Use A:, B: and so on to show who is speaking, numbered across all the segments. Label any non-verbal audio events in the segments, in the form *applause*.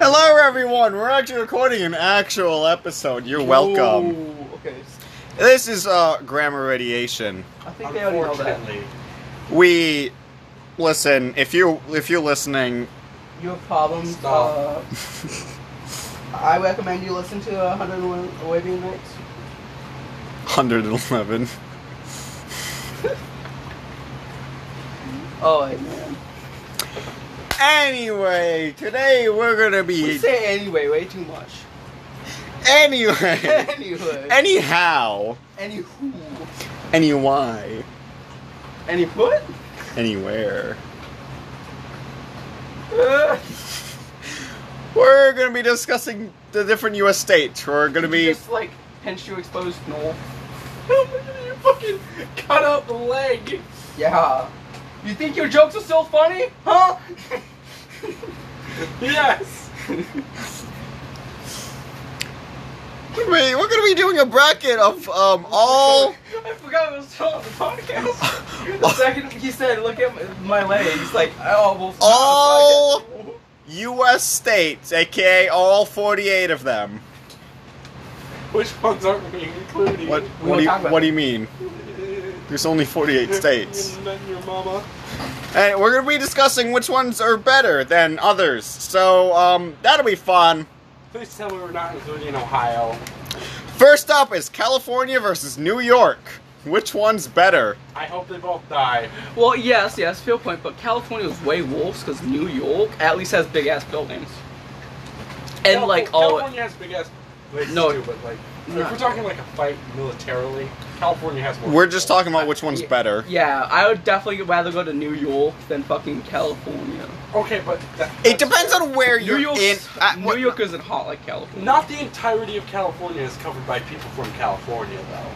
A: Hello, everyone. We're actually recording an actual episode. You're welcome.
B: Ooh, okay.
A: This is uh, Grammar Radiation.
B: I think they already know that.
A: We listen. If you if you're listening,
B: You have problems. Uh,
C: Stop.
B: I recommend you listen to 101 Arabian Nights.
A: 111.
B: Oh, wait, man.
A: Anyway, today we're gonna
B: We
A: be
B: say anyway way too much. *laughs*
A: anyway,
B: anyway.
A: anyhow,
B: any who?
A: any why,
B: Any what?
A: anywhere.
B: Uh,
A: We're gonna be discussing the different U.S. states. We're
B: *laughs*
A: gonna
B: you
A: be
B: Just like pinch you exposed Noel. *laughs* you fucking cut out the leg. Yeah. You think your jokes are so funny? Huh? *laughs* yes. *laughs*
A: we- we're gonna be doing a bracket of um all.
B: I forgot it was still on the podcast. The second he said, "Look at my legs," like I almost.
A: All- U.S. states, aka all 48 of them.
C: Which ones aren't being included?
A: What,
B: We
A: what,
B: won't
A: do, you,
B: talk about
A: what do
B: it.
A: you mean? There's only 48 states.
C: And then your mama.
A: And we're going to be discussing which ones are better than others. So, um, that'll be fun.
C: Please tell me we're not including Ohio.
A: First up is California versus New York. Which one's better?
C: I hope they both die.
B: *laughs* Well, yes, yes, fair point. But California was way worse because New York at least has big ass buildings. And
C: Calif-
B: like all,
C: California has big ass. places
B: No.
C: too, but like,
B: No.
C: if we're talking like a fight militarily, California has more.
A: We're just
C: people.
A: talking about which one's better.
B: yeah, I would definitely rather go to New York than fucking California.
C: Okay, but that,
A: It
C: that's-
A: depends on where
B: New
A: you're
B: York,
A: in. I-
B: New
A: what-
B: York isn't hot like California.
C: Not the entirety of California is covered by people from California, though.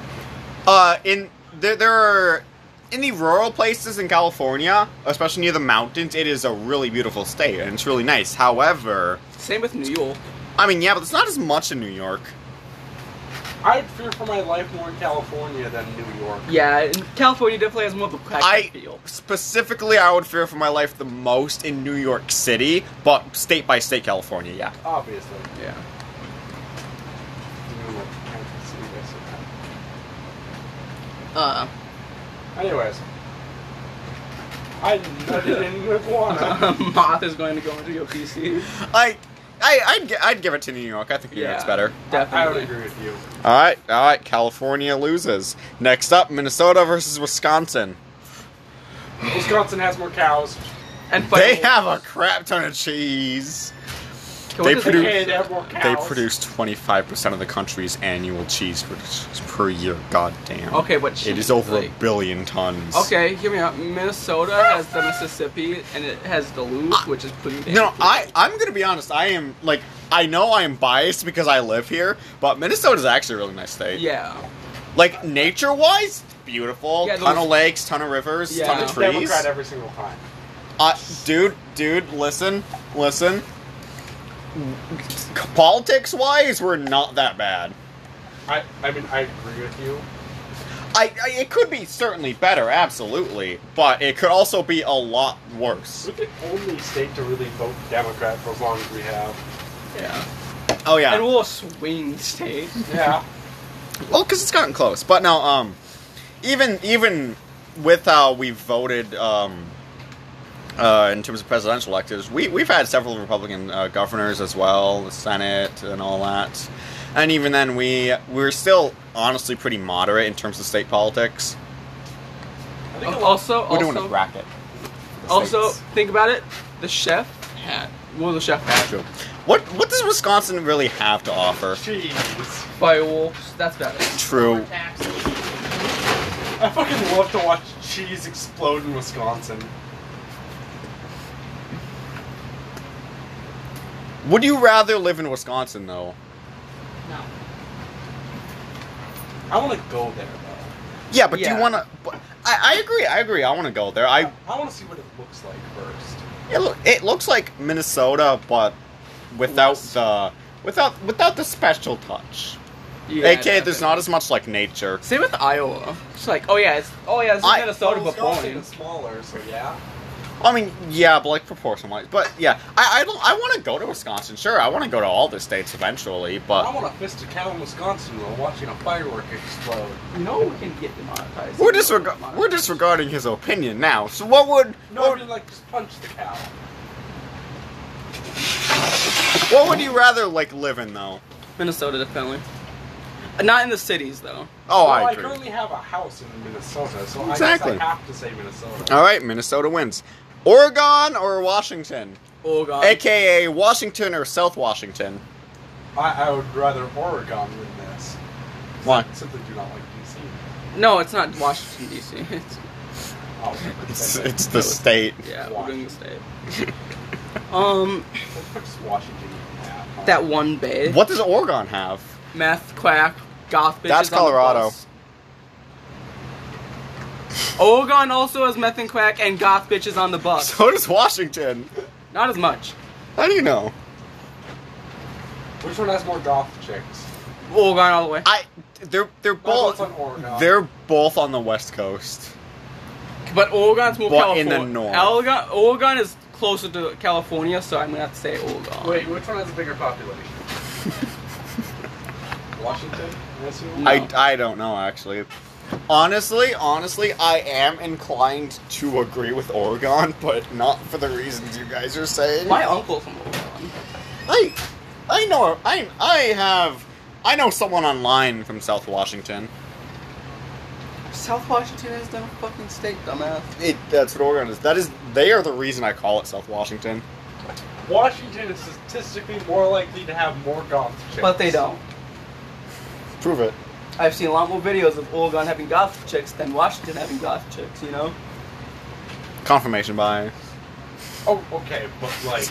A: Uh, in there, there are in the rural places in California, especially near the mountains, it is a really beautiful state and it's really nice. However,
B: Same with New York.
A: I mean, yeah, but it's not as much in New York.
C: I'd fear for my life more in California than New York.
B: Yeah, and California definitely has more of a crack
A: I
B: feel.
A: specifically, I would fear for my life the most in New York City, but state by state, California, yeah.
C: Obviously.
B: Yeah.
C: New York, Kansas City, basically.
B: Uh.
C: Anyways, I nutted in
A: *laughs*
C: iguana.
B: *laughs* Moth is going to go into your PC.
A: I, I, I'd, gi- I'd give it to New York. I think New York's
B: Yeah.
A: better.
B: Definitely.
C: I would agree with you.
A: All right, all right. California loses. Next up, Minnesota versus Wisconsin.
C: Wisconsin has more cows.
B: And
A: They
B: fucking-
A: have a crap ton of cheese.
B: Can
A: they
B: we just-
A: Produ-
C: Okay, they have more cows.
A: They produce 25% of the country's annual cheese produce per year. God damn.
B: Okay, but cheese,
A: It is over a
B: like-
A: billion tons.
B: Okay, hear me out. Minnesota has the Mississippi and it has
A: Ah,
B: Duluth, which is pretty. damn
A: No,
B: cool.
A: I, I'm gonna be honest. I am, like, I know I am biased because I live here, but Minnesota's actually a really nice state.
B: Yeah.
A: Like, nature wise, beautiful.
B: Yeah,
A: ton of
B: those-
A: lakes, ton of rivers,
B: Yeah.
A: ton of
C: It's
A: trees.
C: Democrat every single time.
A: Uh, dude, dude, listen, listen. Politics wise, we're not that bad.
C: I, I mean, I agree with you.
A: I, I it could be certainly better, absolutely, but it could also be a lot worse.
C: We're the only state to really vote Democrat for as long as we have.
B: Yeah.
A: Oh
B: And
A: yeah.
B: we'll swing state.
C: Yeah.
A: Well, because it's gotten close, but no. Um, even even with how we voted um, uh, in terms of presidential electors, we we've had several Republican uh, governors as well, the Senate and all that, and even then we we're still honestly pretty moderate in terms of state politics.
C: *laughs* I think a lot,
B: Also,
A: We're doing a
B: also,
A: bracket.
B: also,
A: States.
B: think about it. The chef hat. Well, the chef hat.
A: True. What what does Wisconsin really have to offer?
C: Jeez.
B: Firewolves. That's better.
A: True.
C: I fucking love to watch cheese explode in Wisconsin.
A: Would you rather live in Wisconsin though?
B: No.
C: I want to go there, though.
A: Yeah, but do
B: Yeah.
A: you want to? I, I agree. I agree. I want to go there. I
C: I want to see what it looks like first.
A: it, loo- it looks like Minnesota, but without
B: Less.
A: the without without the special touch.
B: Yeah,
A: AKA, there's not
B: definitely.
A: as much like nature.
B: Same with Iowa. It's like, oh yeah, it's oh yeah, it's in
A: I-
B: Minnesota, but
C: Wisconsin
B: boring.
C: is smaller, so yeah.
A: I mean, yeah, but like proportion wise. But yeah, I I, don't- I want to go to Wisconsin. Sure, I want to go to all the states eventually.
C: I
A: But
C: want to fist a cow in Wisconsin while watching a firework explode.
B: No one can get demonetized.
A: we're disreg- we're disregarding his opinion now. So what would
C: No,
A: what
C: I
A: would-
C: mean, like just punch the cow.
A: what would you rather like live in though?
B: Minnesota, definitely. Uh, Not in the cities, though.
A: Oh,
C: well,
A: I
C: I,
A: agree.
C: currently have a house in Minnesota, so I
A: Exactly. Uh,
C: guess I have to say Minnesota.
A: All right, Minnesota wins. Oregon or Washington,
B: Oh, God.
A: aka Washington or South Washington.
C: I, I would rather Oregon than this.
A: Why?
C: I simply do not like DC.
B: No, it's not Washington, D.C. *laughs* It's,
C: Oh, okay.
A: *laughs* It's,
C: Okay.
A: it's the state.
B: yeah, we're doing
A: *laughs*
B: the state. um,
C: What the fuck's Washington even have, huh?
B: that one bay.
A: What does Oregon have?
B: Meth, quack, goth bitches
A: That's
B: on the
A: Colorado.
B: bus. Oregon also has meth and quack and goth bitches on the bus.
A: So does Washington.
B: Not as much.
A: How do you know?
C: Which one has more goth chicks?
B: Oregon all the way.
A: I they're they're both
C: it's on Oregon.
A: they're both on the west coast.
B: But Oregon's more
A: But in
B: California.
A: the north.
B: Oregon, Oregon is closer to California, so I'm gonna have to say Oregon.
C: Wait, which one has a
A: *laughs*
C: bigger population? Washington?
B: No.
A: I, I don't know actually. Honestly, honestly, I am inclined to agree with Oregon, *laughs* but not for the reasons you guys are saying.
B: My uncle's from Oregon.
A: I I know I I have I know someone online from South Washington.
B: South Washington is done a fucking state, dumbass.
A: It, that's what Oregon is. That is they are the reason I call it South Washington.
C: Washington is statistically more likely to have more goth chicks.
B: But they don't.
A: Prove it.
B: I've seen a lot more videos of Oregon having goth chicks than Washington having goth chicks, you know?
A: Confirmation bias.
C: Oh, okay, but like,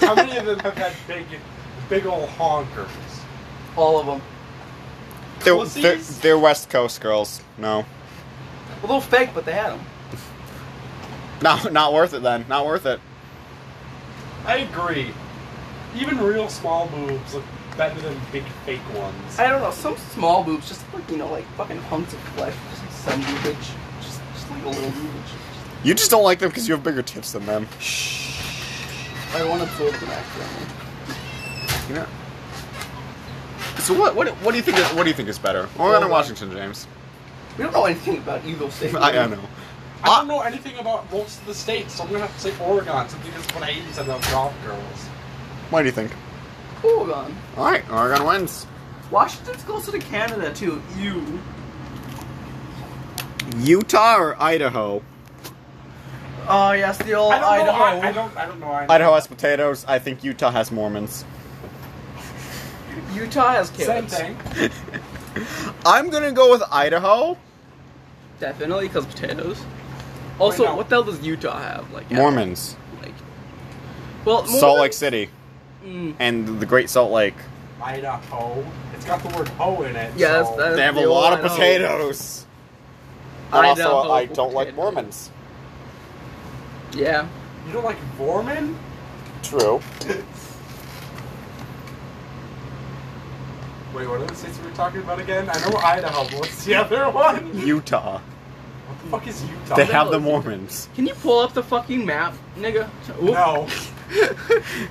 C: how many of them have had big, big old honkers?
B: All of them.
A: They're,
C: Pussies?
A: they're, they're West Coast girls. No.
B: A little fake, but they had them.
A: No, not worth it then. Not worth it.
C: I agree. Even real small boobs look better than big fake ones.
B: I don't know, some small boobs, just like, you know, like fucking hunks of flesh. Just like some boobage. Just, just like a little boobage.
A: You just don't like them because you have bigger tits than them.
B: I don't want to absorb them accidentally.
A: You know. So what? What? What do you think? Is, what do you think is better, Oregon or
B: Oregon.
A: Washington, James?
B: We don't know anything about either state.
A: I, I know. Ah,
C: I don't know anything about most of the states, so I'm gonna have to say Oregon, simply because what I hate is I love golf girls.
A: What do you think?
B: Oregon.
A: All right, Oregon wins.
B: Washington's closer to Canada, too. You.
A: Utah or Idaho?
B: Oh, yes, the old
C: I don't
B: Idaho.
C: know. I, I don't. I don't know. I,
A: Idaho has potatoes. I think Utah has Mormons.
B: Utah has
C: Same
B: carrots.
C: thing.
A: I'm gonna go with Idaho.
B: Definitely, because potatoes. Also,
C: Wait, no.
B: what the hell does Utah have? Like
A: Mormons,
B: Like, well,
A: Salt
B: Mormon-
A: Lake City,
B: Mm,
A: and the Great Salt Lake.
C: Idaho. It's got the word "ho" in it.
B: Yeah, that's-
C: so-
B: that-
A: They have a
B: The old
A: lot of
B: Idaho.
A: potatoes. And also,
B: Idaho
A: I don't like
B: potatoes.
A: Mormons.
B: yeah.
C: you don't like Vorman?
A: True.
C: Wait, what are the states we were talking about again? I know Idaho. but What's the *laughs* other one?
A: Utah.
C: What the fuck is Utah?
A: They have
B: know
A: the
B: it's-
A: Mormons.
B: Can you pull up the fucking map, nigga? Oop.
C: No.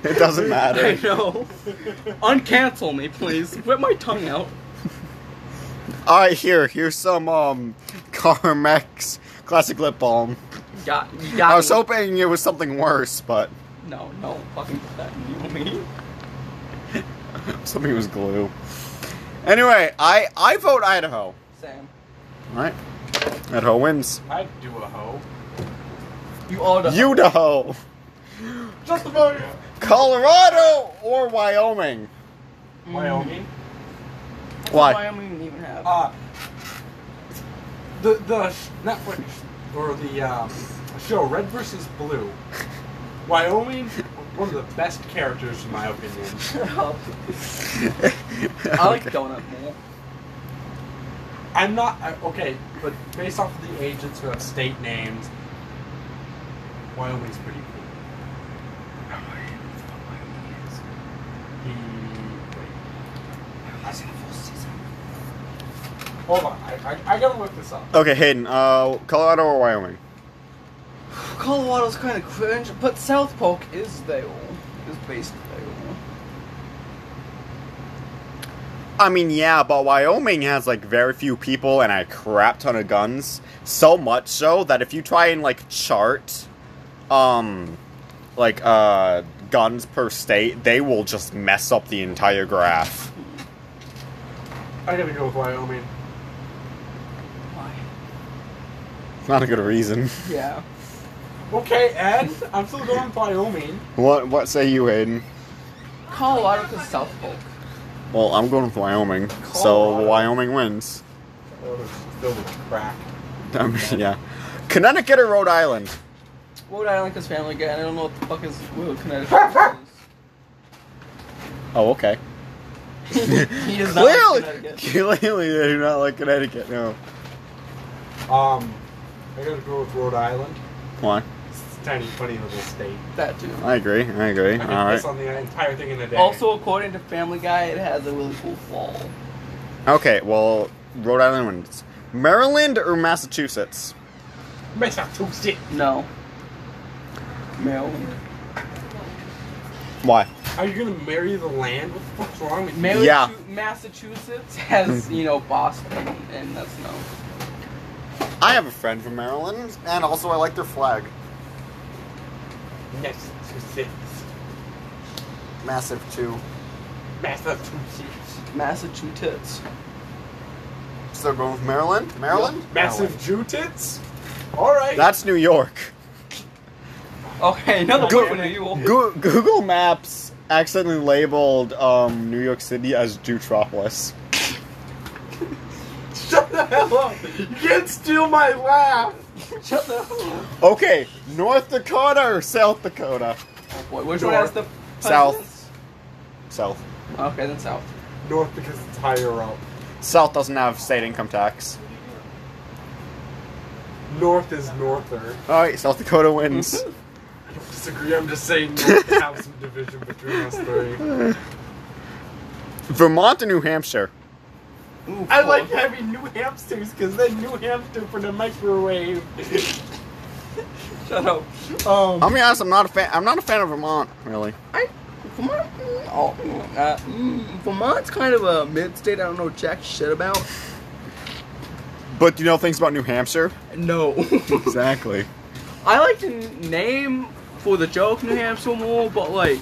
A: It doesn't
B: *laughs* I
A: matter.
B: know. Uncancel me, please. Whip my tongue out.
A: All right, here, here's some um, Carmex classic lip balm.
B: Got, you got
A: I was
B: me.
A: hoping it was something worse, but
B: No, no, fucking put that in you me.
A: something was glue. Anyway, I I vote Idaho. All
B: Sam,
A: right, Idaho wins.
C: I'd do a hoe.
B: you all done.
A: Idaho,
C: Just about
A: Colorado, or Wyoming.
B: Mm.
C: Wyoming.
A: Why?
B: Wyoming didn't even have.
C: Uh, the the sh- Netflix or the um, show Red versus Blue. *laughs* Wyoming, one of the best characters in my opinion.
B: Shut up. *laughs* I
A: *laughs*
B: like
A: Okay.
B: donut more.
C: I'm not I, okay, but based off of the agents who have state names, Wyoming's pretty cool. He, wait, I see the full season. Hold on, I, I, I gotta look this up.
A: Okay, Hayden. Uh, Colorado or Wyoming?
B: Colorado's kind of cringe, but South Park is there. Is based there.
A: I mean, yeah, but Wyoming has like very few people and a crap ton of guns. So much so that if you try and like chart, um, like uh, guns per state, they will just mess up the entire graph.
C: I gotta go with Wyoming.
B: Why?
A: Not a good reason.
B: Yeah.
C: Okay, Ed, I'm still going with Wyoming.
A: What What say you, Aiden?
B: Colorado to South Park.
A: Well, I'm going with Wyoming, so
C: Colorado.
A: Wyoming wins. *laughs*
C: Oh, it's filled with crack.
A: I mean, yeah, Connecticut or Rhode Island?
B: Rhode Island is Family Guy, and I don't know what the fuck is Will
C: *laughs*
B: Connecticut
A: Oh, okay.
B: is. *laughs* he does not
A: clearly,
B: like Connecticut.
A: clearly, they do not like Connecticut. No,
C: Um, I gotta go with Rhode Island.
A: why?
C: It's a tiny, funny little state.
B: That too.
A: I agree. I agree. All
C: I could
A: right.
C: piss on the entire thing in a day.
B: Also, according to Family Guy, it has a really cool fall.
A: Okay, well, Rhode Island wins. Maryland or Massachusetts?
C: Massachusetts.
B: No. Maryland.
A: Why?
C: Are you gonna marry the land? What the fuck's wrong with you?
B: Maryland,
A: Yeah. Hmm.
B: Massachusetts has, you know, Boston, and that's no.
A: I have a friend from Maryland, and also I like their flag.
C: Massachusetts.
A: Massive, too.
C: Massachusetts.
B: Massachusetts.
A: Still going with Maryland?
C: Massive Jew tits? Alright.
A: That's New York.
B: Okay, another
C: Go-
B: one
A: *laughs*
B: for you.
A: Go- Google Maps accidentally labeled um, New York City as Jewtropolis.
C: Shut the hell up! You can't steal my laugh!
B: Shut the hell up.
A: Okay, North Dakota or South Dakota?
B: Oh boy, which
C: North.
B: one has the
A: South.
B: presidents?
A: South.
B: Okay, then South.
C: North because it's higher up.
A: South doesn't have state income tax.
C: North is norther.
A: Alright, South Dakota wins.
C: I don't disagree, I'm just saying North have some division between us three.
A: Vermont or New Hampshire?
B: Ooh,
C: *laughs* I like
B: cool.
C: having new hamsters because then new hamster for the microwave.
B: Shut up.
C: Um,
A: I'm gonna be honest, I'm not a fan. I'm not a fan of Vermont, really.
B: I, Vermont, mm, oh, mm, uh, mm, Vermont's kind of a mid-state I don't know jack shit about.
A: But do you know things about New Hampshire?
B: No. *laughs*
A: Exactly.
B: I like to name for the joke New Hampshire more, but like,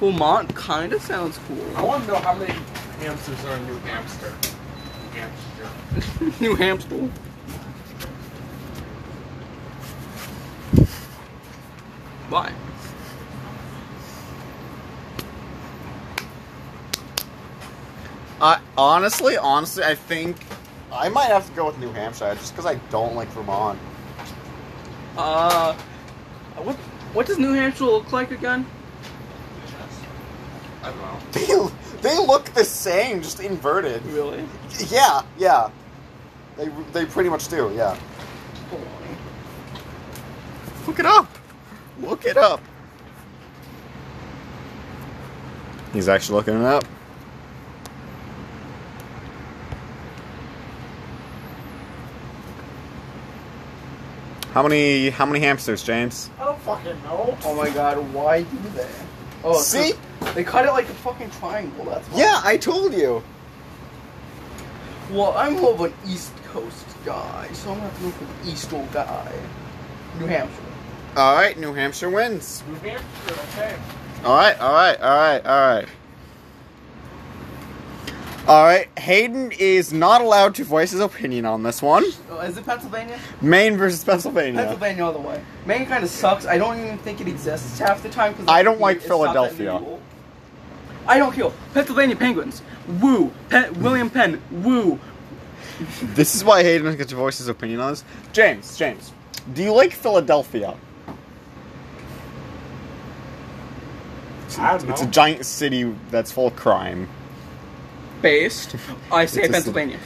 B: Vermont kind of sounds
C: *laughs* I
B: cool. *laughs*
C: want to know how many hamsters are in New Hamster. New Hamster.
B: New Hampshire. Why?
A: I honestly, honestly, I think I might have to go with New Hampshire just because I don't like Vermont.
B: Uh, what what does New Hampshire look like again?
C: I don't know.
A: They they look the same, just inverted.
B: Really?
A: Yeah, yeah. They they pretty much do. Yeah. Look it up. Look it up. He's actually looking it up. How many how many hamsters, James?
C: I don't fucking know.
B: Oh my god, why do they? Oh, it's
A: See?
B: just- they cut it like a fucking triangle. That's why.
A: Yeah, I told you.
B: Well, I'm more of an East Coast guy, so I'm gonna have to go for the Eastal guy. New Hampshire.
A: All right, New Hampshire wins.
C: New Hampshire, okay.
A: All right, all right, all right, all right. All right, Hayden is not allowed to voice his opinion on this one.
B: Oh, is it Pennsylvania?
A: Maine versus Pennsylvania.
B: Pennsylvania all the way. Maine kind of sucks. I don't even think it exists half the time because
A: I don't like Philadelphia.
B: I don't care. Pennsylvania Penguins. Woo. Pe- William Penn. Woo.
A: This is why Hayden doesn't get to voice his opinion on this. James, James, do you like Philadelphia?
C: I don't
A: It's
C: know.
A: a giant city that's full of crime.
B: Based. I say
A: It's a-
B: Pennsylvania.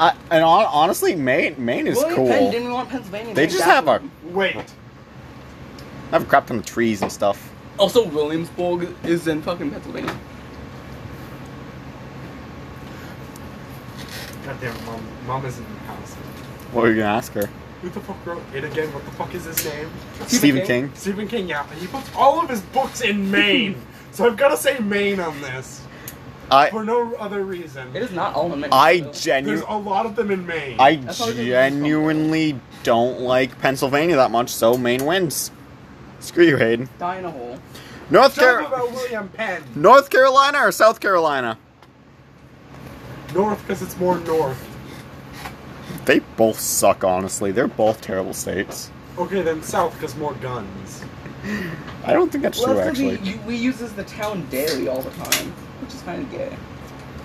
A: I, and on, honestly, Maine, Maine is
B: William
A: cool.
B: Penn
A: They
B: didn't want Pennsylvania. named
A: just have
B: after
A: a
B: him.
C: Wait.
A: have crap on the trees and stuff.
B: Also, Williamsburg is in fucking Pennsylvania.
C: Goddamn, mom, mom isn't in the house.
A: What were you gonna ask her?
C: Who the fuck wrote it again? What the fuck is his name?
A: Stephen King.
C: Stephen King, yeah. He puts all of his books in Maine. so I've got to say Maine on this. For
A: I
C: no other reason.
B: It is not all in Maine.
A: I
B: though.
C: There's
A: genu-
C: a lot of them in Maine.
A: I
B: That's how it is in
A: genuinely don't like Pennsylvania that much, so Maine wins. Screw you, Hayden.
B: Die in a hole.
A: North
C: Talk
A: Carolina,
C: about William Penn.
A: North Carolina or South Carolina?
C: North, because it's more north.
A: They both suck. Honestly, they're both terrible states.
C: Okay, then south, because more guns.
A: I don't think that's
B: Well,
A: true.
B: that's
A: Actually,
B: because we, we use this the town daily all the time, which is kind of gay.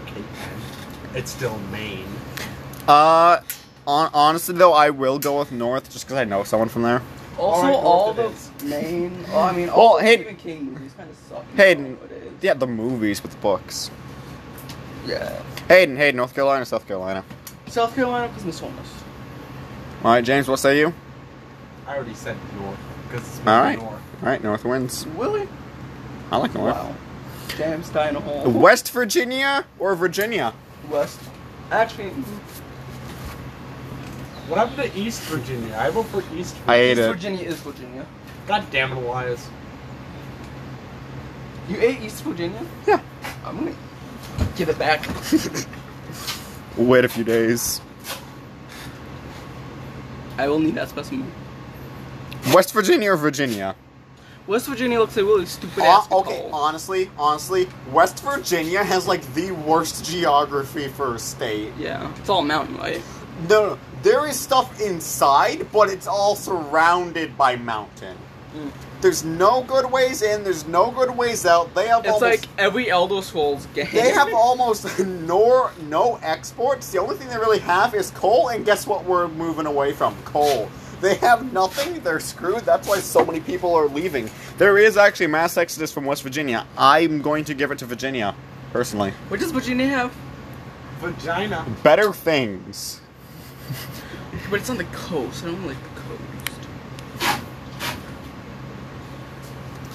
C: Okay, It's still Maine.
A: uh, on- honestly though, I will go with North just because I know someone from there.
B: Also,
C: right, North
B: all
C: it
B: the
C: is.
B: *laughs* Maine. Oh, I mean, all
A: Well,
B: the
A: Hayden-
B: Stephen King movies kind of suck.
A: Hayden,
B: nowadays.
A: yeah, the movies with the books.
B: Yeah.
A: Hayden, Hayden, North Carolina, South Carolina.
B: South Carolina because Misomis.
A: All right, James, what say you?
C: I already said north, because it's more
A: All right, all
C: north.
A: right, North wins.
B: Really?
A: I like North.
B: Wow. James die in a hole.
A: West Virginia or Virginia?
B: West. Actually,
C: What happened to East Virginia? I vote for East
A: I
C: Virginia.
A: hate
B: East
A: it.
B: Virginia is Virginia.
C: God damn it, Elias.
B: You ate East Virginia?
A: Yeah.
B: I'm gonna give it back. *laughs*
A: Wait a few days.
B: I will need that specimen.
A: West Virginia or Virginia?
B: West Virginia looks like really stupid
A: Uh,
B: ass.
A: okay, honestly, honestly, West Virginia has like the worst geography for a state.
B: Yeah, it's all mountain, right?
A: No, no, there is stuff inside, but it's all surrounded by mountain.
B: Mm.
A: There's no good ways in. There's no good ways out. They have
B: It's
A: almost,
B: like every Elder Scrolls game.
A: they have almost *laughs* no no exports. The only thing they really have is coal, and guess what? We're moving away from coal. They have nothing. They're screwed. That's why so many people are leaving. There is actually mass exodus from West Virginia. I'm going to give it to Virginia, personally.
B: What does Virginia have?
C: Vagina.
A: Better things.
B: But it's on the coast. I don't like the coast.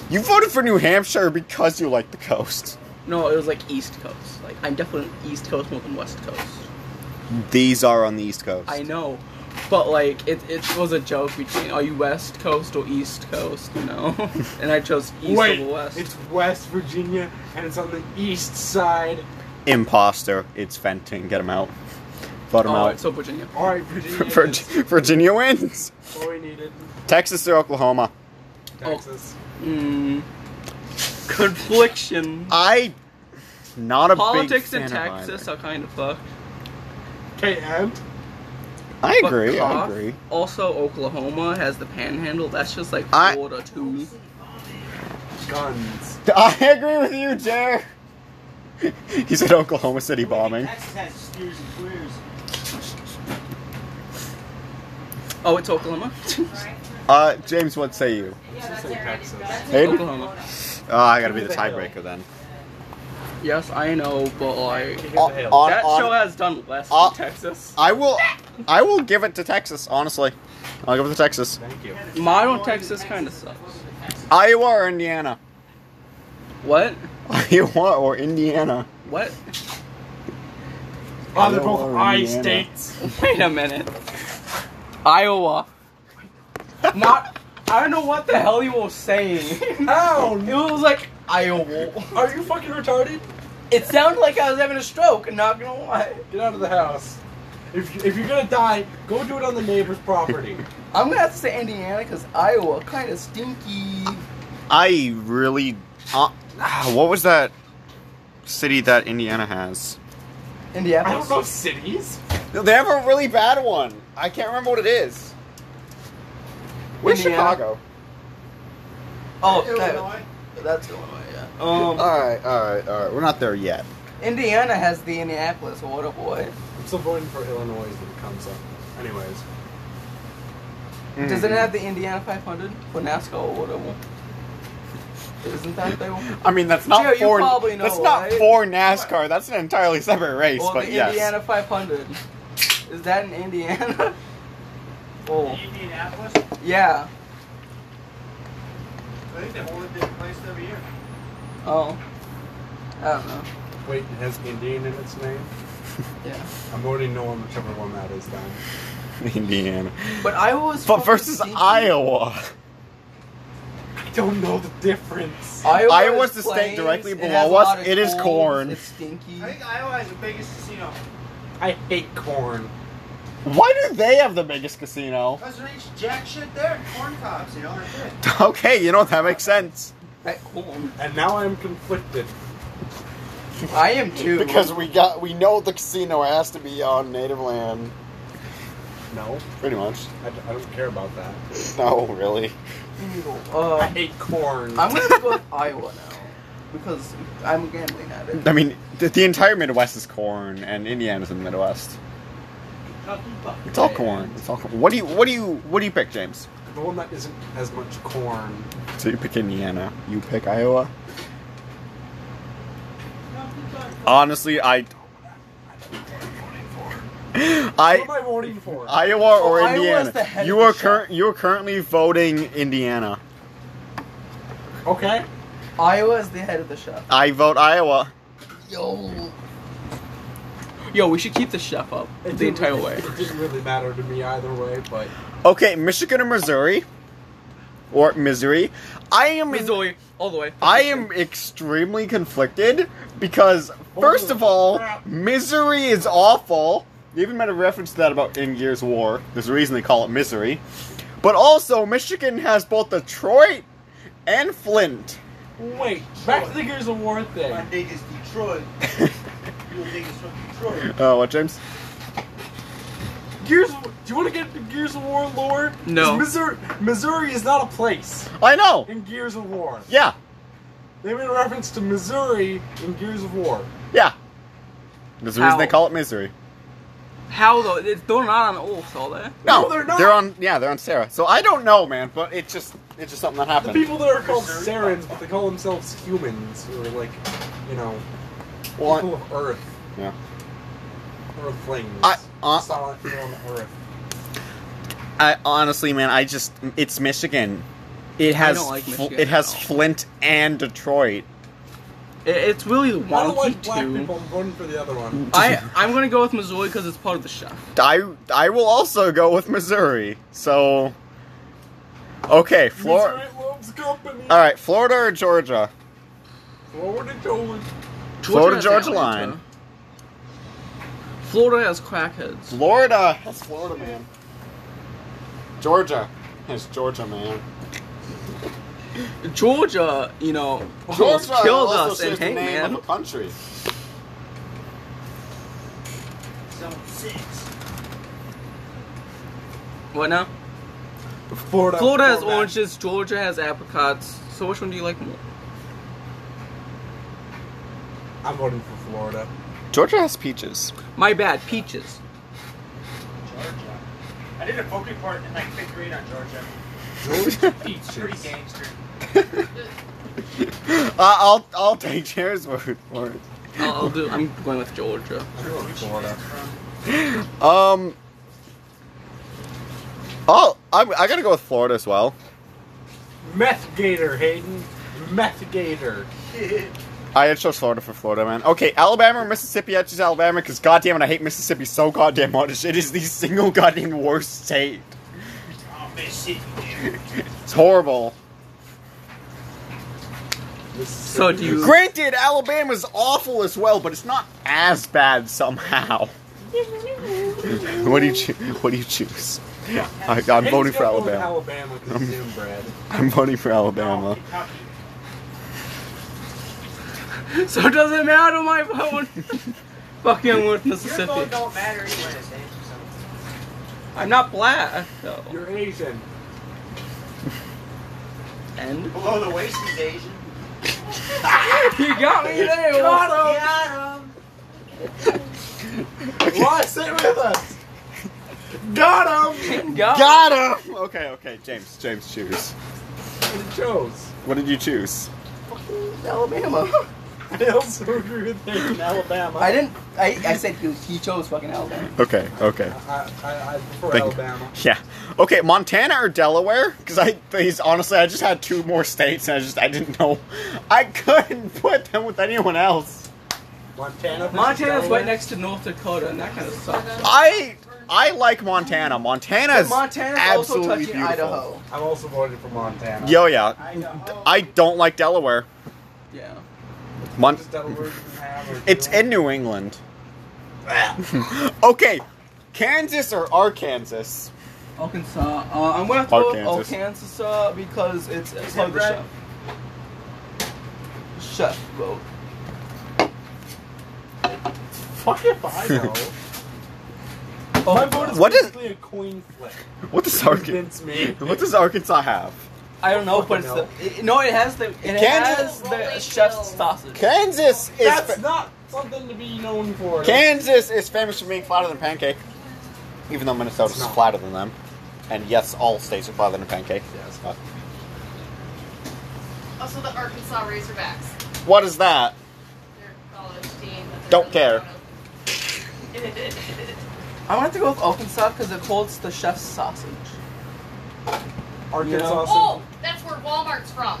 A: You voted for New Hampshire because you like the coast.
B: No, it was like East Coast. Like I'm definitely an East Coast more than West Coast.
A: These are on the East Coast.
B: I know, but like it, it was a joke between are you West Coast or East Coast? You know,
A: *laughs*
B: and I chose East
C: Wait,
B: over West.
C: it's West Virginia, and it's on the east side.
A: Imposter. It's Fenton. Get him out. Vote him
B: oh,
A: out.
B: it's so Virginia. *laughs*
C: All right,
A: *laughs*
C: Virginia.
A: Vir-
C: is
A: Virginia wins.
C: all we needed.
A: Texas or Oklahoma?
B: Oh.
C: Texas.
B: Mm. Confliction.
A: I not a
B: Politics
A: big
B: in
A: fan of
B: Texas
A: either.
B: are kind of fucked.
C: Okay, and
A: I
B: But
A: agree. I
B: cough.
A: agree.
B: Also, Oklahoma has the Panhandle. That's just like
A: I-
B: Florida too.
C: guns.
A: I agree with you, Jer. *laughs* he said Oklahoma City bombing.
D: Texas has steers and queers.
B: Oh, it's Oklahoma.
A: Uh, James, what say you?
D: Yeah,
C: that's
D: that's
C: in Texas.
A: Hayden?
B: Oklahoma.
A: Uh, I gotta be
C: Give
A: the
C: me the hill.
A: tiebreaker then.
B: Yes, I know, but like.
C: Give the hill.
A: On-
B: that
A: on-
B: show has done less
A: Uh,
B: in Texas.
A: I will. I will give it to Texas. Honestly, I'll give it to Texas.
C: Thank you.
B: Modern Texas kind of sucks.
A: Iowa or Indiana? *laughs*
B: What?
A: Iowa or Indiana?
B: What? *laughs*
C: Oh, they're both
A: Iowa,
C: I
A: Indiana.
C: states.
B: Wait a minute. Iowa. Not. I don't know what the hell you were saying. *laughs*
C: Ow!
B: It was like Iowa.
C: Are you fucking retarded?
B: It sounded like I was having a stroke. and Not gonna lie.
C: Get out of the house. If, you- if you're gonna die, go do it on the neighbor's property.
B: I'm gonna have to say Indiana because Iowa kind of stinky.
A: I really. Uh, ah, what was that city that Indiana has?
C: I
B: Indianapolis.
C: don't know cities.
A: No, they have a really bad one. I can't remember what it is. Where's
B: Indiana?
A: Chicago?
B: Oh,
D: Illinois.
B: that- that's Illinois. Yeah.
C: Um,
A: All right, all right, all right. We're not there yet.
B: Indiana has the Indianapolis water boy.
C: I'm still voting for Illinois when it comes up. Anyways.
A: Mm-hmm.
B: Does it have the Indiana 500 for NASCAR or whatever? Isn't that
A: *laughs*
B: the one?
A: I mean, that's not
B: Joe, you
A: for
B: probably know,
A: that's not
B: right?
A: for NASCAR. That's an entirely separate race.
B: Well,
A: but
B: the
A: yes,
B: Indiana 500. Is that in Indiana? *laughs* oh,
D: Indianapolis.
B: yeah.
D: I think they hold it different place every year.
B: Oh. I don't know.
C: Wait, it has Indian in its name?
B: Yeah.
C: I'm voting no on whichever one that is then.
A: *laughs* Indiana.
B: But Iowa was.
A: But
B: fucking
A: versus
B: stinky.
A: Iowa.
C: I don't know the difference.
B: Iowa
A: Iowa's
B: is
A: the state
B: plains,
A: directly
B: it
A: below
B: has a
A: us,
B: lot of
A: it is
B: colds,
A: corn.
B: It's stinky.
D: I think Iowa has the biggest casino.
C: I hate corn.
A: Why do they have the biggest casino? *laughs*
D: Cause there ain't jack shit there. Corn cobs, you know. That's it.
A: Okay, you know that makes sense.
B: That corn.
C: And now I'm conflicted.
B: I am too.
A: Because we got we know the casino has to be on native land.
C: No,
A: Pretty much.
C: I, d- I don't care about that.
A: No, really.
B: Ew,
C: I
B: uh,
C: hate corn.
B: I'm gonna go with Iowa now because I'm gambling at it.
A: I mean, the, the entire Midwest is corn, and Indiana's in the Midwest.
D: Kentucky buck.
A: It's all corn. It's all corn. What do you what do you what do you pick, James?
C: the one that isn't as much corn.
A: So you pick Indiana. You pick Iowa.
D: Kentucky buck.
A: Honestly, I
C: what am
A: I
C: I voting for?
A: Iowa or
B: Well, Iowa's the
A: Indiana.
B: head
A: You
B: of
A: are
B: the
A: current.
B: shop.
A: You are currently voting Indiana.
C: okay.
B: Iowa is the head of the chef.
A: I vote Iowa.
B: Yo. Yo, we should keep the chef up
C: It
B: the
C: didn't
B: entire
C: really-
B: way. *laughs*
C: It didn't really matter to me either way, but
A: Okay, Michigan or Missouri, or Missouri. I am in-
B: Missouri, all the way.
A: I am extremely conflicted because, first of all, misery is awful. They even made a reference to that about in Gears of War. There's a reason they call it misery. But also, Michigan has both Detroit and Flint.
C: wait. Back to the Gears of War thing.
D: My niggas Detroit. Your niggas from Detroit.
A: Oh, what, James?
C: Gears. Of, do you want to get into Gears of War lore?
B: No.
C: 'Cause Missouri, Missouri is not a place
A: I know.
C: in Gears of War.
A: Yeah,
C: They made a reference to Missouri in Gears of War.
A: yeah. There's a reason they
B: Ow.
A: call it misery.
B: How though? It's, they're not on Ulf, all that.
A: No,
C: No, they're not.
A: They're on. Yeah, they're on Sarah. So I don't know, man. But it's just it's just something that
C: The
A: happened.
C: people that are called
D: Missouri.
C: Sarens, but they call themselves humans, or like, you know,
A: Well, I-
C: people of Earth,
A: yeah.
C: Earthlings.
A: I- uh-
C: Just not here on Earth.
A: I honestly, man, I just it's Michigan. It has
B: don't like
A: Fl-
B: Michigan
A: it has
B: at all.
A: Flint and Detroit.
B: It, it's really
C: I don't
B: wonky
C: like black people.
B: too.
C: I'm voting for the other
A: Mm.
C: one.
B: I I'm gonna go with Missouri because it's part of the chef.
A: I I will also go with Missouri. So okay, Florida.
C: Missouri loves company.
A: All right, Florida or Georgia?
C: Forward to Georgia.
A: Florida
B: has
A: Georgia
B: Atlanta.
A: line.
B: Florida has crackheads.
A: Florida. That's Florida, man. Georgia. It's Georgia, man.
B: Georgia, you know, almost killed us in Hangman.
A: country.
D: Zone six.
B: What now?
C: Florida.
B: Florida has
C: Florida.
B: oranges, Georgia has apricots. So which one do you like more?
C: I'm voting for
A: *laughs*
C: Florida.
A: Georgia has peaches.
B: My bad, peaches.
D: Georgia. I did a poke report in like fifth grade on Georgia.
C: Georgia
D: It's pretty
C: peaches.
D: gangster.
A: Uh, I'll I'll take Jared's word for it.
B: I'll, I'll do. I'm going with Georgia. *laughs*
C: I'm going with Florida.
A: Um. Oh, I'm, I gotta go with Florida as well.
C: Meth Gator, Hayden. Meth Gator.
A: I chose Florida for Florida, man. Okay, Alabama or Mississippi? I choose Alabama because goddamn it, I hate Mississippi so goddamn much. It is the single goddamn worst state.
D: Oh, Mississippi, dude.
A: It's horrible.
B: So do you?
A: Granted, Alabama's awful as well, but it's not as bad somehow. *laughs* what do you choo- What do you choose? I, I'm voting for Alabama.
C: Alabama because he's inbred.
A: I'm voting for
D: No,
A: Alabama.
D: Kentucky.
B: So it doesn't matter my vote. *laughs* Fucking I'm with
D: Your vote
B: Mississippi.
D: don't matter anyway. so-
B: I'm not black. No.
C: You're Asian.
B: And
D: Below the waist is Asian.
B: *laughs* you got me *laughs* there.
C: Got him!
D: Got him.
C: Why sit with us? Got him!
B: Got him.
A: Got him. Okay, okay, James. James, choose.
C: And he chose.
A: What did you choose?
B: Alabama. *laughs*
C: I also agree with Hayden, Alabama.
B: I didn't. I, I said he, he chose fucking Alabama.
A: Okay, okay.
C: I, I, I prefer
A: Thank you.
C: Alabama.
A: Yeah. Okay, Montana or Delaware? Because I these honestly, I just had *laughs* two more states, and I just I didn't know I couldn't put them with anyone else.
C: Montana. versus
B: Montana's right
C: Delaware.
B: next to North Dakota, and that kind of sucks.
A: I I like Montana. Montana's,
B: Montana's also
A: absolutely
B: touching
A: beautiful.
B: Idaho.
C: I'm also voting for Montana.
A: Yo, yeah.
D: Idaho.
A: I don't like Delaware.
B: Yeah.
A: Mon-
C: Does Delaware even have or Ah,
A: it's
C: do-
A: in New England. *laughs* okay, Kansas or Arkansas?
B: Arkansas. Uh, I'm gonna throw
A: Arkansas.
B: Arkansas uh, because it's it's
D: Is
B: hard
D: it red?
B: to shut. Shut vote.
C: Fuck if I
A: *laughs*
C: know. My vote is
A: What is-
C: basically a coin flip.
A: What does Arkansas?
C: Convince me.
A: What does Arkansas have?
B: I don't know, but it's
C: Fucking
B: the it, no. It has the it
A: Kansas-
B: has the chef's sausage.
A: Kansas is
C: That's not something to be known for.
A: Kansas is famous for being flatter than pancake, even though Minnesota's
C: It's not.
A: flatter than them. And yes, all states are flatter than pancake.
C: Yes.
A: Uh,
E: Also, the Arkansas Razorbacks.
A: What is that?
E: They're a college team. that they're
A: Don't
E: really
A: care.
E: proud of.
B: I want to go with Arkansas because it holds the chef's sausage.
C: Arkansas.
B: You know?
E: oh, that's where Walmart's from.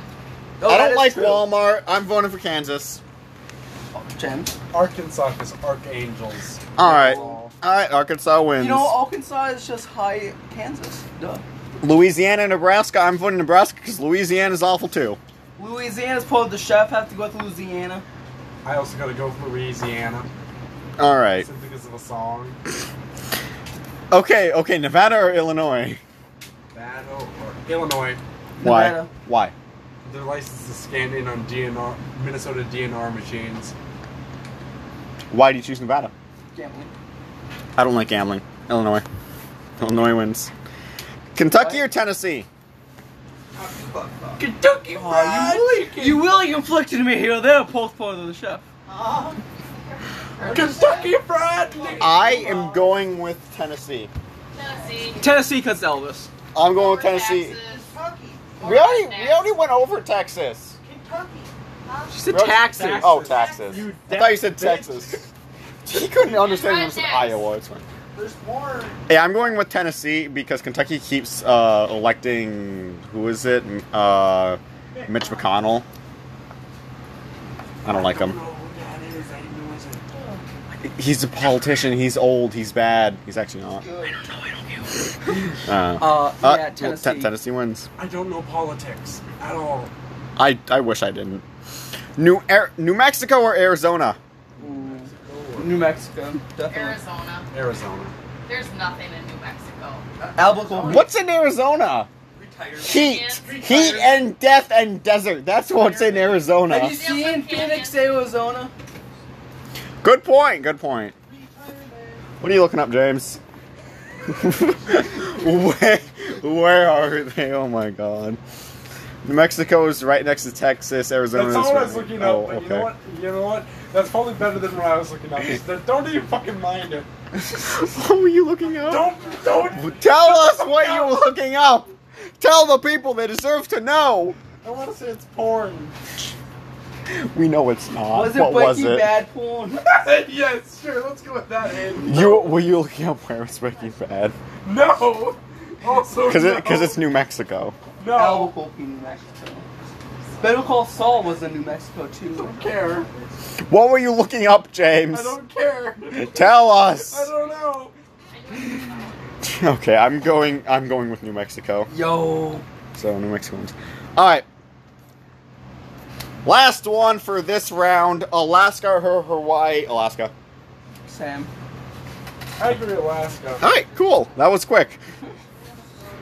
B: Oh,
A: I
B: that
A: don't
B: is
A: like
B: true.
A: Walmart. I'm voting for Kansas.
B: Oh, Jen.
C: Arkansas is archangels.
A: All right.
C: Oh.
A: All right, Arkansas wins.
B: You know, Arkansas is just high Kansas. Duh.
A: Louisiana, Nebraska. I'm voting Nebraska because Louisiana's awful too.
B: Louisiana's part of the chef. Have to go with Louisiana.
C: I also gotta go for Louisiana.
A: All right.
C: Simply because of a song.
A: Okay, okay. Nevada or Illinois?
C: Battle or Illinois.
A: Why?
B: Nevada.
A: Why?
C: Their license is scanned in on DNR Minnesota DNR machines.
A: Why do you choose Nevada?
B: Gambling.
A: I don't like gambling. Illinois. Illinois wins. Kentucky or Tennessee?
B: Kentucky Fried Chicken. You really inflicted me here. They're both part of the chef. Kentucky Fried Chicken.
A: I am going with Tennessee.
E: Tennessee.
B: Tennessee cuts Elvis.
A: I'm going
E: or
A: with Oh, Tennessee.
E: Texas,
A: We already we already went over Texas.
B: She said
A: We already-
B: taxes.
A: Oh, taxes.
C: You
A: I thought you said
C: damn bitch.
A: Texas. *laughs* He couldn't understand when I said
E: Rednecks.
A: Iowa. It's fine.
D: There's more.
A: Yeah, I'm going with Tennessee because Kentucky keeps uh, electing who is it? Uh, Mitch McConnell. I don't like him. He's a politician. He's old. He's bad. He's actually not. Uh,
B: Uh,
A: uh,
B: yeah,
A: well, Ten-
B: Tennessee.
A: Tennessee wins.
C: I don't know politics at all.
A: I, I wish I didn't. New Air- New Mexico or Arizona?
B: Ooh. New Mexico, definitely.
E: Arizona.
C: Arizona.
E: There's nothing in New Mexico.
B: Albuquerque.
A: What's in Arizona? Heat, heat, and death and desert. That's what's in
B: Have
A: Arizona.
B: you seen Phoenix, Arizona?
A: Good point. Good point. What are you looking up, James? *laughs* where, where are they? Oh my God. New Mexico is right next to Texas. Arizona is
C: That's all I was
A: right-
C: looking
A: oh,
C: up, but you know what? You know what? That's probably better than what I was looking
A: *laughs*
C: up. Just don't even fucking mind it.
A: What were you looking up?
C: Don't, don't.
A: Tell
C: *laughs*
A: us what you were looking up. Tell the people they deserve to know.
C: I want to say it's porn. *laughs*
A: We know it's not.
B: Was it
A: what was
B: Breaking
A: it?
B: Bad porn?
C: yes, sure. Let's go with that. In.
A: You were you looking up where it's Breaking Bad?
C: No.
A: *laughs*
C: Also,
A: Because
C: no.
A: it because it's New Mexico.
C: no.
B: Albuquerque, New Mexico. Better Call Saul was in New Mexico too.
C: I don't care.
A: What were you looking up, James?
C: I don't care.
A: Tell
C: I
A: us.
C: don't know.
A: Okay, I'm going. I'm going with New Mexico.
B: Yo,
A: So New Mexico wins. All right. Last one for this round: Alaska or Hawaii? Alaska.
B: Sam.
C: I agree, Alaska.
A: All right, cool. That was quick.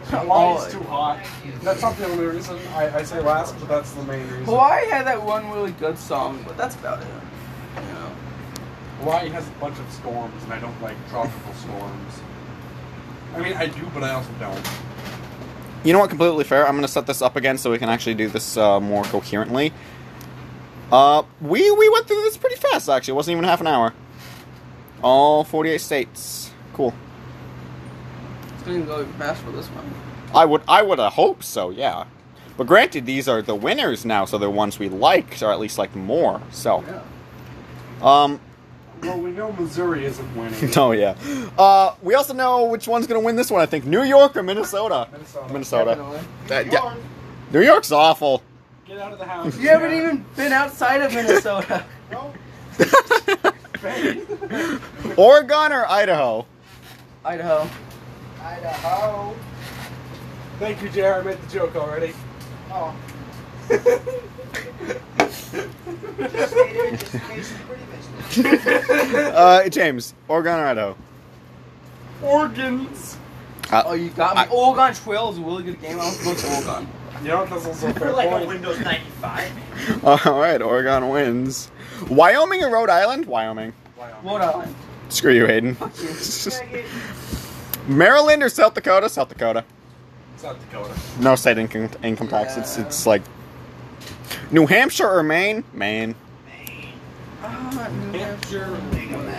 C: Hawaii's too hot. That's not the only reason I, I say Alaska, but that's the main reason.
B: Hawaii had that one really good song, but that's about it. You know.
C: Hawaii has a bunch of storms, and I don't like tropical storms. I mean, I do, but I also don't.
A: You know what? Completely fair. I'm gonna set this up again so we can actually do this uh, more coherently. Uh, we we went through this pretty fast. Actually, it wasn't even half an hour. All 48 states. Cool.
B: It's gonna go fast for this one.
A: I would I would have hoped so. Yeah. But granted, these are the winners now, so they're ones we liked or at least like more. So,
B: Yeah.
A: um, *laughs*
C: Well, we know Missouri
B: *laughs*
C: isn't winning.
A: oh yeah. Uh, we also know which one's gonna win this one. I think New York or Minnesota.
C: Minnesota.
A: Minnesota.
B: Definitely.
A: That- yeah. New York's awful. *laughs*
C: Get out of the house.
B: You haven't even been outside of Minnesota.
C: No.
A: Oregon or Idaho?
B: *laughs* Idaho.
D: Idaho.
C: Thank you, JR. I made the joke already.
D: Oh, just made
C: That's
D: it just in case you pretty much did.
A: Uh, James, Oregon or Idaho?
C: *laughs* Organs.
B: Oh,
A: Uh,
B: you got me.
A: I-
B: Oregon Trail is a really good game. I was going to Oregon.
C: You know, that's also a
D: We're
C: fair
D: like a
C: point.
D: Windows 95.
A: all right, Oregon wins. Wyoming or Rhode Island? Wyoming.
C: Wyoming.
B: Rhode Island.
A: Screw you, Hayden.
B: Fuck
A: *laughs*
B: you.
D: Faggot.
A: Maryland or South Dakota? South Dakota.
C: South Dakota.
A: No state income, income tax.
B: Uh.
A: It's it's like New Hampshire or Maine. Maine.
B: Ah, New Hampshire.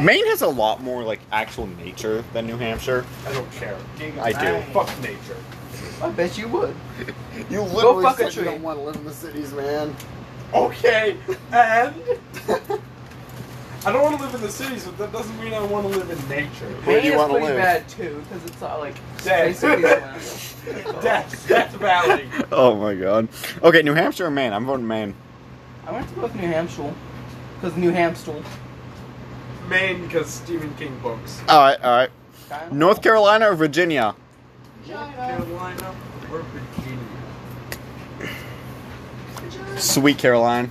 A: Maine has a lot more like actual nature than New Hampshire.
C: I don't care.
A: I do.
C: Fuck nature.
B: I bet you would.
A: You
B: literally fuck said a you tree. don't
A: want to live in the cities, man.
C: Okay, and I don't want to live in the cities, but that doesn't mean I want to live in nature. *laughs*
A: Where do you
B: Maine is
A: wanna
B: pretty
A: live?
B: bad too, because it's all like
C: Dead.
A: *laughs*
B: basically Atlanta.
C: Death, Death Valley.
A: Oh my god. Okay, New Hampshire or Maine? I'm voting Maine.
B: I went to go with New Hampshire, because New Hampshire.
C: Maine, because Stephen King books.
A: All right, all right.
B: Kinda.
A: North Carolina or Virginia?
C: Carolina or Virginia.
A: Sweet Caroline.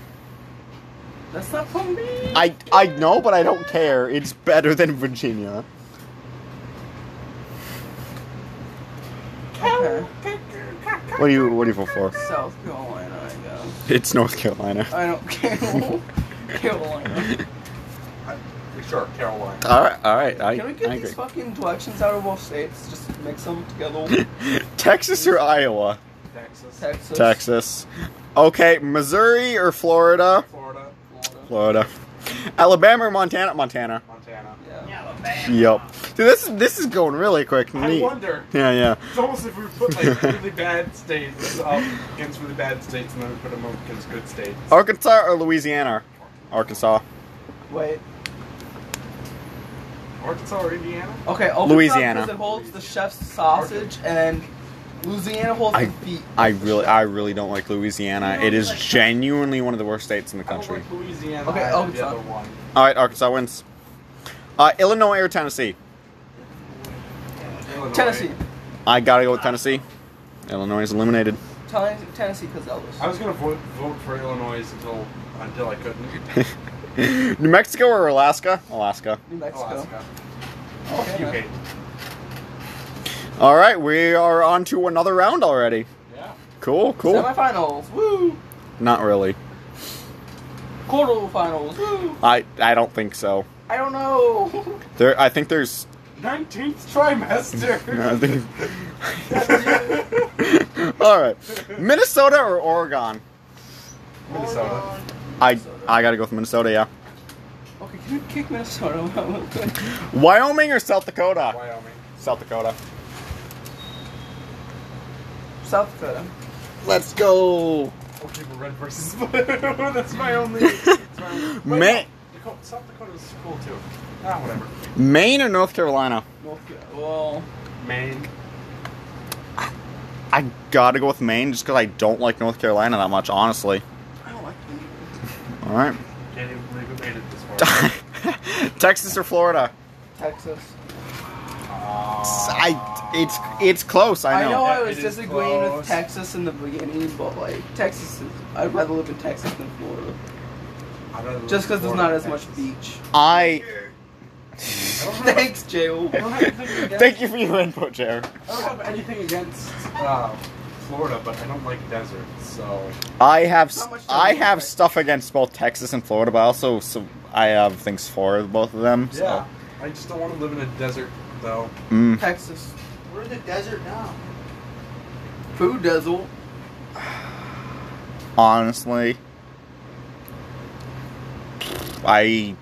B: That's not for me.
A: I I know, but I don't care. It's better than Virginia.
B: Okay.
A: What do you What do you vote for?
B: South Carolina, I guess.
A: It's North Carolina.
B: I don't care.
A: *laughs*
B: Carolina.
C: Sure, Carolina.
A: All right, all right. I,
B: Can we get
A: I
B: these
A: agree.
B: fucking directions out of all states? Just mix them together.
A: *laughs* Texas or Iowa?
C: Texas,
B: Texas.
A: Texas. Okay, Missouri or Florida?
C: Florida,
B: Florida.
A: Florida. Alabama or Montana? Montana.
C: Montana.
B: Yeah.
D: Alabama.
A: Yep. Dude, this is this is going really quick.
C: I
A: Neat.
C: wonder.
A: Yeah, yeah.
C: It's almost if we put like really bad states up against really bad states, and then we put them up against good states.
A: Arkansas or Louisiana? Arkansas.
B: Wait.
C: Arkansas or Indiana?
B: Okay. Arkansas,
A: Louisiana.
B: 'cause It holds the chef's sausage, and Louisiana holds
A: I-
B: the beef.
A: I really, I really don't like Louisiana. It is genuinely one of the worst states in the
C: I don't
A: country.
C: like Louisiana.
B: Okay,
C: either,
B: Arkansas.
C: the other one.
A: All right, Arkansas wins. Uh, Illinois or Tennessee?
C: Illinois.
B: Tennessee.
A: I gotta go with Tennessee. Illinois is eliminated. *laughs*
B: Ten- Tennessee, because Elvis.
C: I was gonna vote, vote for Illinois until until I couldn't.
A: New Mexico or Alaska? Alaska.
B: New Mexico.
C: Alaska.
B: Okay,
C: You
B: man.
C: hate.
A: All right, we are on to another round already.
C: Yeah.
A: Cool, cool.
B: Semifinals. Woo.
A: Not really.
B: Quarterfinals. Woo.
A: I, I don't think so.
B: I don't know.
A: There, I think there's. *laughs*
C: Nineteenth trimester.
A: I think. All right, Minnesota or Oregon?
C: *laughs* Minnesota.
A: I, I gotta go with Minnesota. Yeah.
B: Okay, can you kick Minnesota *laughs* out real quick?
A: Wyoming or South Dakota?
C: *laughs* Wyoming.
A: South Dakota.
B: South Dakota.
A: Let's go.
C: Okay, but red versus *laughs* blue. That's my only. That's my only.
A: *laughs*
C: Wait,
A: Ma-
C: Dakota, South Dakota's cool too. Ah, whatever.
A: Maine or North Carolina?
B: North Dakota. Well,
C: Maine.
A: I gotta go with Maine just because I don't like North Carolina that much, honestly.
B: I don't like them.
A: All right.
C: Can't even believe it made it
A: *laughs*
C: this far.
A: Texas or Florida?
B: Texas.
C: Ah,
A: I, it's it's close. I
B: I
A: know.
B: know, I
C: Yeah,
B: was
C: it is
B: disagreeing
C: close.
B: with Texas in the beginning, but like Texas is. I'd rather live in Texas than Florida.
C: I'd rather live
B: Just because
C: in
B: there's
C: Florida
B: not
C: than
B: as much
C: Texas.
B: beach.
A: I
B: *laughs* Thanks, J.O.
C: I
A: *laughs*
C: don't have anything against-
A: thank you for your input, Jer.
C: I don't have anything against uh, Florida, but I don't like deserts, so.
A: I have
B: Not much to
A: I
B: do,
A: have
B: right?
A: stuff against both Texas and Florida, but I also so I have things for both of them. So.
C: Yeah. I just don't want to live in a desert, though.
A: Mm.
B: *laughs* Texas.
D: We're in the desert now.
B: Food desert.
A: Honestly, I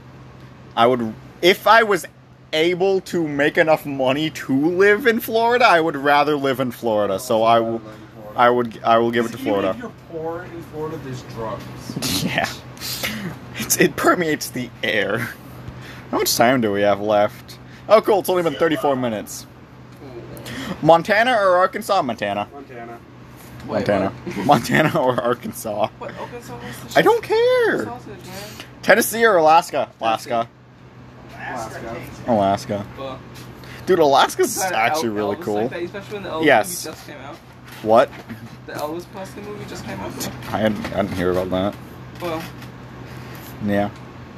A: I would if I was able to make enough money to live in Florida, I would rather live in Florida. So I will I would I will give it to
C: Even if
A: Florida. *laughs*
C: you're poor in Florida, there's drugs.
A: Yeah, it's, it permeates the air. How much time do we have left? Oh, cool! It's only been 34 minutes. Montana or Arkansas? Montana.
C: Montana.
B: Wait,
A: Montana. *laughs* Montana or Arkansas?
B: What? What? Arkansas has the
A: I don't
B: shit
A: care.
B: Sausage, man.
A: Tennessee or Alaska? Alaska.
D: Alaska
B: Alaska.
D: things.
A: Alaska.
B: But
A: Dude, Alaska's
B: Kinda
A: actually
B: El-
A: really
B: Elvis
A: cool.
B: Like that, especially when the Elvis
A: Yes.
B: movie just came out.
A: What?
B: The Elvis Presley movie just came out.
A: I didn't, I didn't hear about that.
B: Well,
A: Yeah.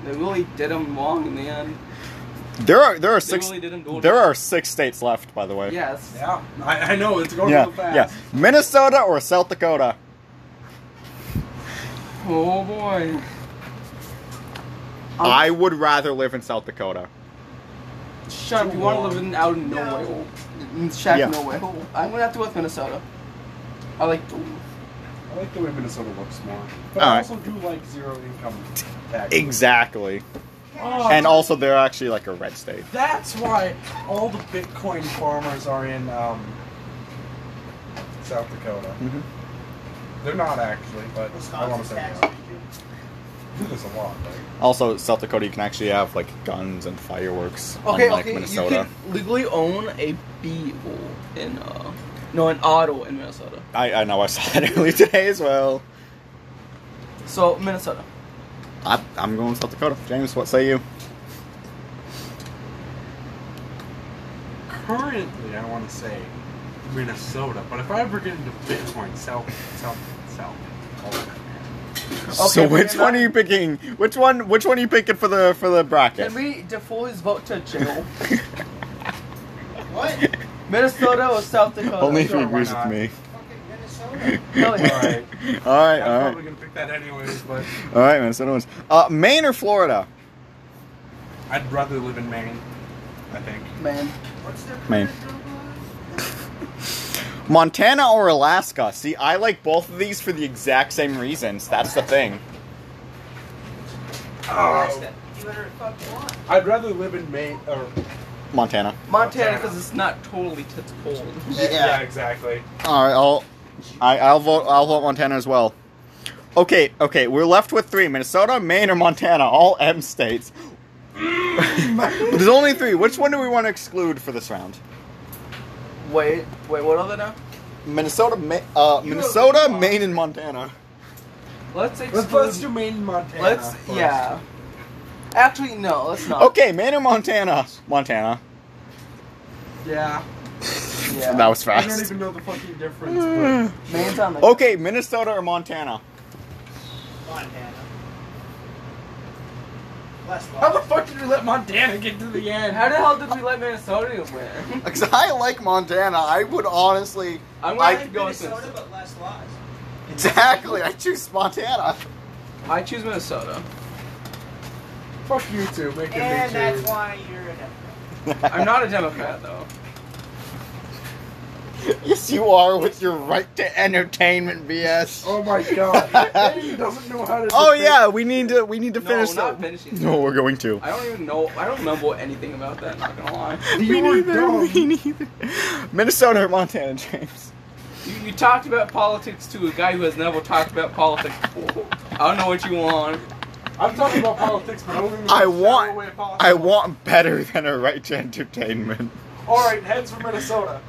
B: they really did him wrong in the end.
A: There are there are
B: They
A: six
B: really did him dirty.
A: there are six states left, by the way.
B: Yes.
C: Yeah, I, I know it's going
A: yeah,
C: real fast.
A: yeah. Minnesota or South Dakota?
B: Oh boy. Um,
A: I would rather live in South Dakota.
B: Shut up! You want to live in out in Norway? hole. In
A: Yeah.
B: Shack, Norway. hole. I'm gonna have to go with Minnesota. I like.
C: I like the way Minnesota looks more. But
A: All
C: I
A: right.
C: also do like zero income tax.
A: Exactly.
C: Oh,
A: And also, they're actually like a red state.
C: that's why all the Bitcoin farmers are in um, South Dakota.
B: Mm-hmm.
A: Mhm.
C: They're not actually, but I want to
D: Wisconsin's
C: say
D: tax
C: they
D: free,
C: are.
D: too.
C: Do this a lot, right?
A: Also, South Dakota, you can actually have like guns and fireworks,
B: Okay,
A: unlike
B: okay. You
A: Minnesota.
B: could legally own a beagle in uh, no, an auto in Minnesota.
A: I, I know I saw that *laughs* earlier today as well.
B: So Minnesota.
A: I, I'm going South Dakota. James, what say you?
C: Currently, I want to say Minnesota, but if I ever get into Bitcoin, South, South, South. Dakota.
A: so
B: we're
A: which one
B: not-
A: are you picking? Which one? Which one are you picking for the for the bracket?
B: Can we default his vote
A: *laughs*
B: to jail?
D: What?
B: Minnesota or South Dakota?
A: Only if he
C: sure, why
A: agrees with
C: not?
A: me.
D: Fucking Minnesota.
A: *laughs*
B: Hell yeah.
C: Alright.
A: all right,
C: I'm
A: all
C: probably
A: right,
C: gonna pick that anyways, but
A: all right, Minnesota wins. Uh, Maine or Florida?
C: I'd rather live in Maine. I think.
B: Man.
D: What's their
A: Maine.
D: current
A: *laughs*
D: number?
A: Montana or Alaska? See, I like both of these for the exact same reasons. That's the thing.
D: Alaska. You better fuck one.
C: I'd rather live in Maine or
A: Montana.
B: Montana, because it's not totally tits cold.
C: yeah, exactly.
A: All right, I'll, I, I'll vote. I'll vote Montana as well. Okay, okay, we're left with three: Minnesota, Maine, or Montana. All M states. *laughs* But There's only three. Which one do we want to exclude for this round?
B: Wait, wait, what other now?
A: Minnesota, Ma- uh, Minnesota, Maine, and Montana.
B: Let's
C: Let's,
B: exclude.
C: let's do Maine, Montana.
B: let's-
C: first.
B: yeah. Actually, no, let's not.
A: Okay, Maine or Montana? Montana.
B: Yeah. Yeah.
A: That was
C: I don't
A: fast.
C: even know the fucking difference.
B: Maine's on the.
A: Okay, Minnesota or Montana?
D: Montana. Less
C: but how the
D: love.
C: fuck did you let Montana get to the end?
B: How the hell did we let Minnesota win?
A: Because I like Montana. I would honestly.
B: I'm gonna
A: I-
B: have to go with
D: Minnesota,
B: Minnesota.
D: but less laws.
A: Exactly. I choose Montana.
B: I choose Minnesota.
C: fuck you two making
D: And
C: me
D: that's
C: choose.
D: why you're a Democrat.
B: I'm not a Democrat though.
A: yes, you are with your right to entertainment BS.
C: Oh
B: *laughs*
C: my god. He doesn't know how to.
A: Oh
C: defend-
A: yeah, we need to we need to
B: No,
A: finish
B: we're
A: that.
B: not finishing.
A: No, we're going to.
B: I don't even know. I don't remember anything about that. Not gonna lie.
A: We
C: You are dumb.
A: *laughs* We neither. Minnesota or Montana, James.
B: You, you talked about politics to a guy who has never talked about politics before. I don't know what you want.
C: I'm talking about politics, but only
A: I want I want better than a right to entertainment.
C: All right, heads for Minnesota.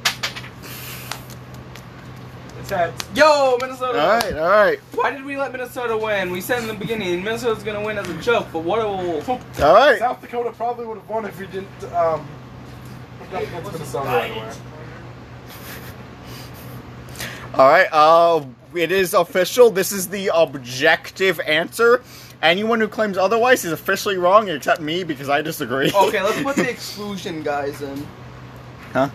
C: It's heads.
B: Yo, Minnesota!
A: Alright, alright.
B: Why did we let Minnesota win? We said in the beginning Minnesota's gonna win as a joke, but what a
A: Alright.
C: South Dakota probably would have won if we didn't um, hook up against Minnesota anywhere.
A: Alright, uh it is official. This is the objective answer. Anyone who claims otherwise is officially wrong except me because I disagree.
B: Okay, let's put the exclusion guys in.
A: *laughs* Huh?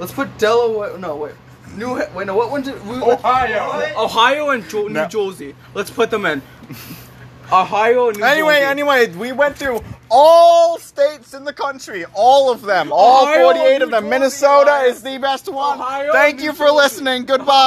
B: Let's put Delaware. No, wait. New. Wait, no. What one did we?
C: Ohio.
B: Ohio and jo-
A: No.
B: New Jersey. Let's put them in. *laughs* Ohio and New
A: Anyway,
B: Jersey.
A: anyway, we went through all states in the country, all of them, all
B: Ohio,
A: 48 of them.
B: New Jersey,
A: Minnesota
B: Ohio.
A: is the best one.
B: Ohio,
A: Thank
B: New
A: you for
B: Jersey.
A: listening. Goodbye.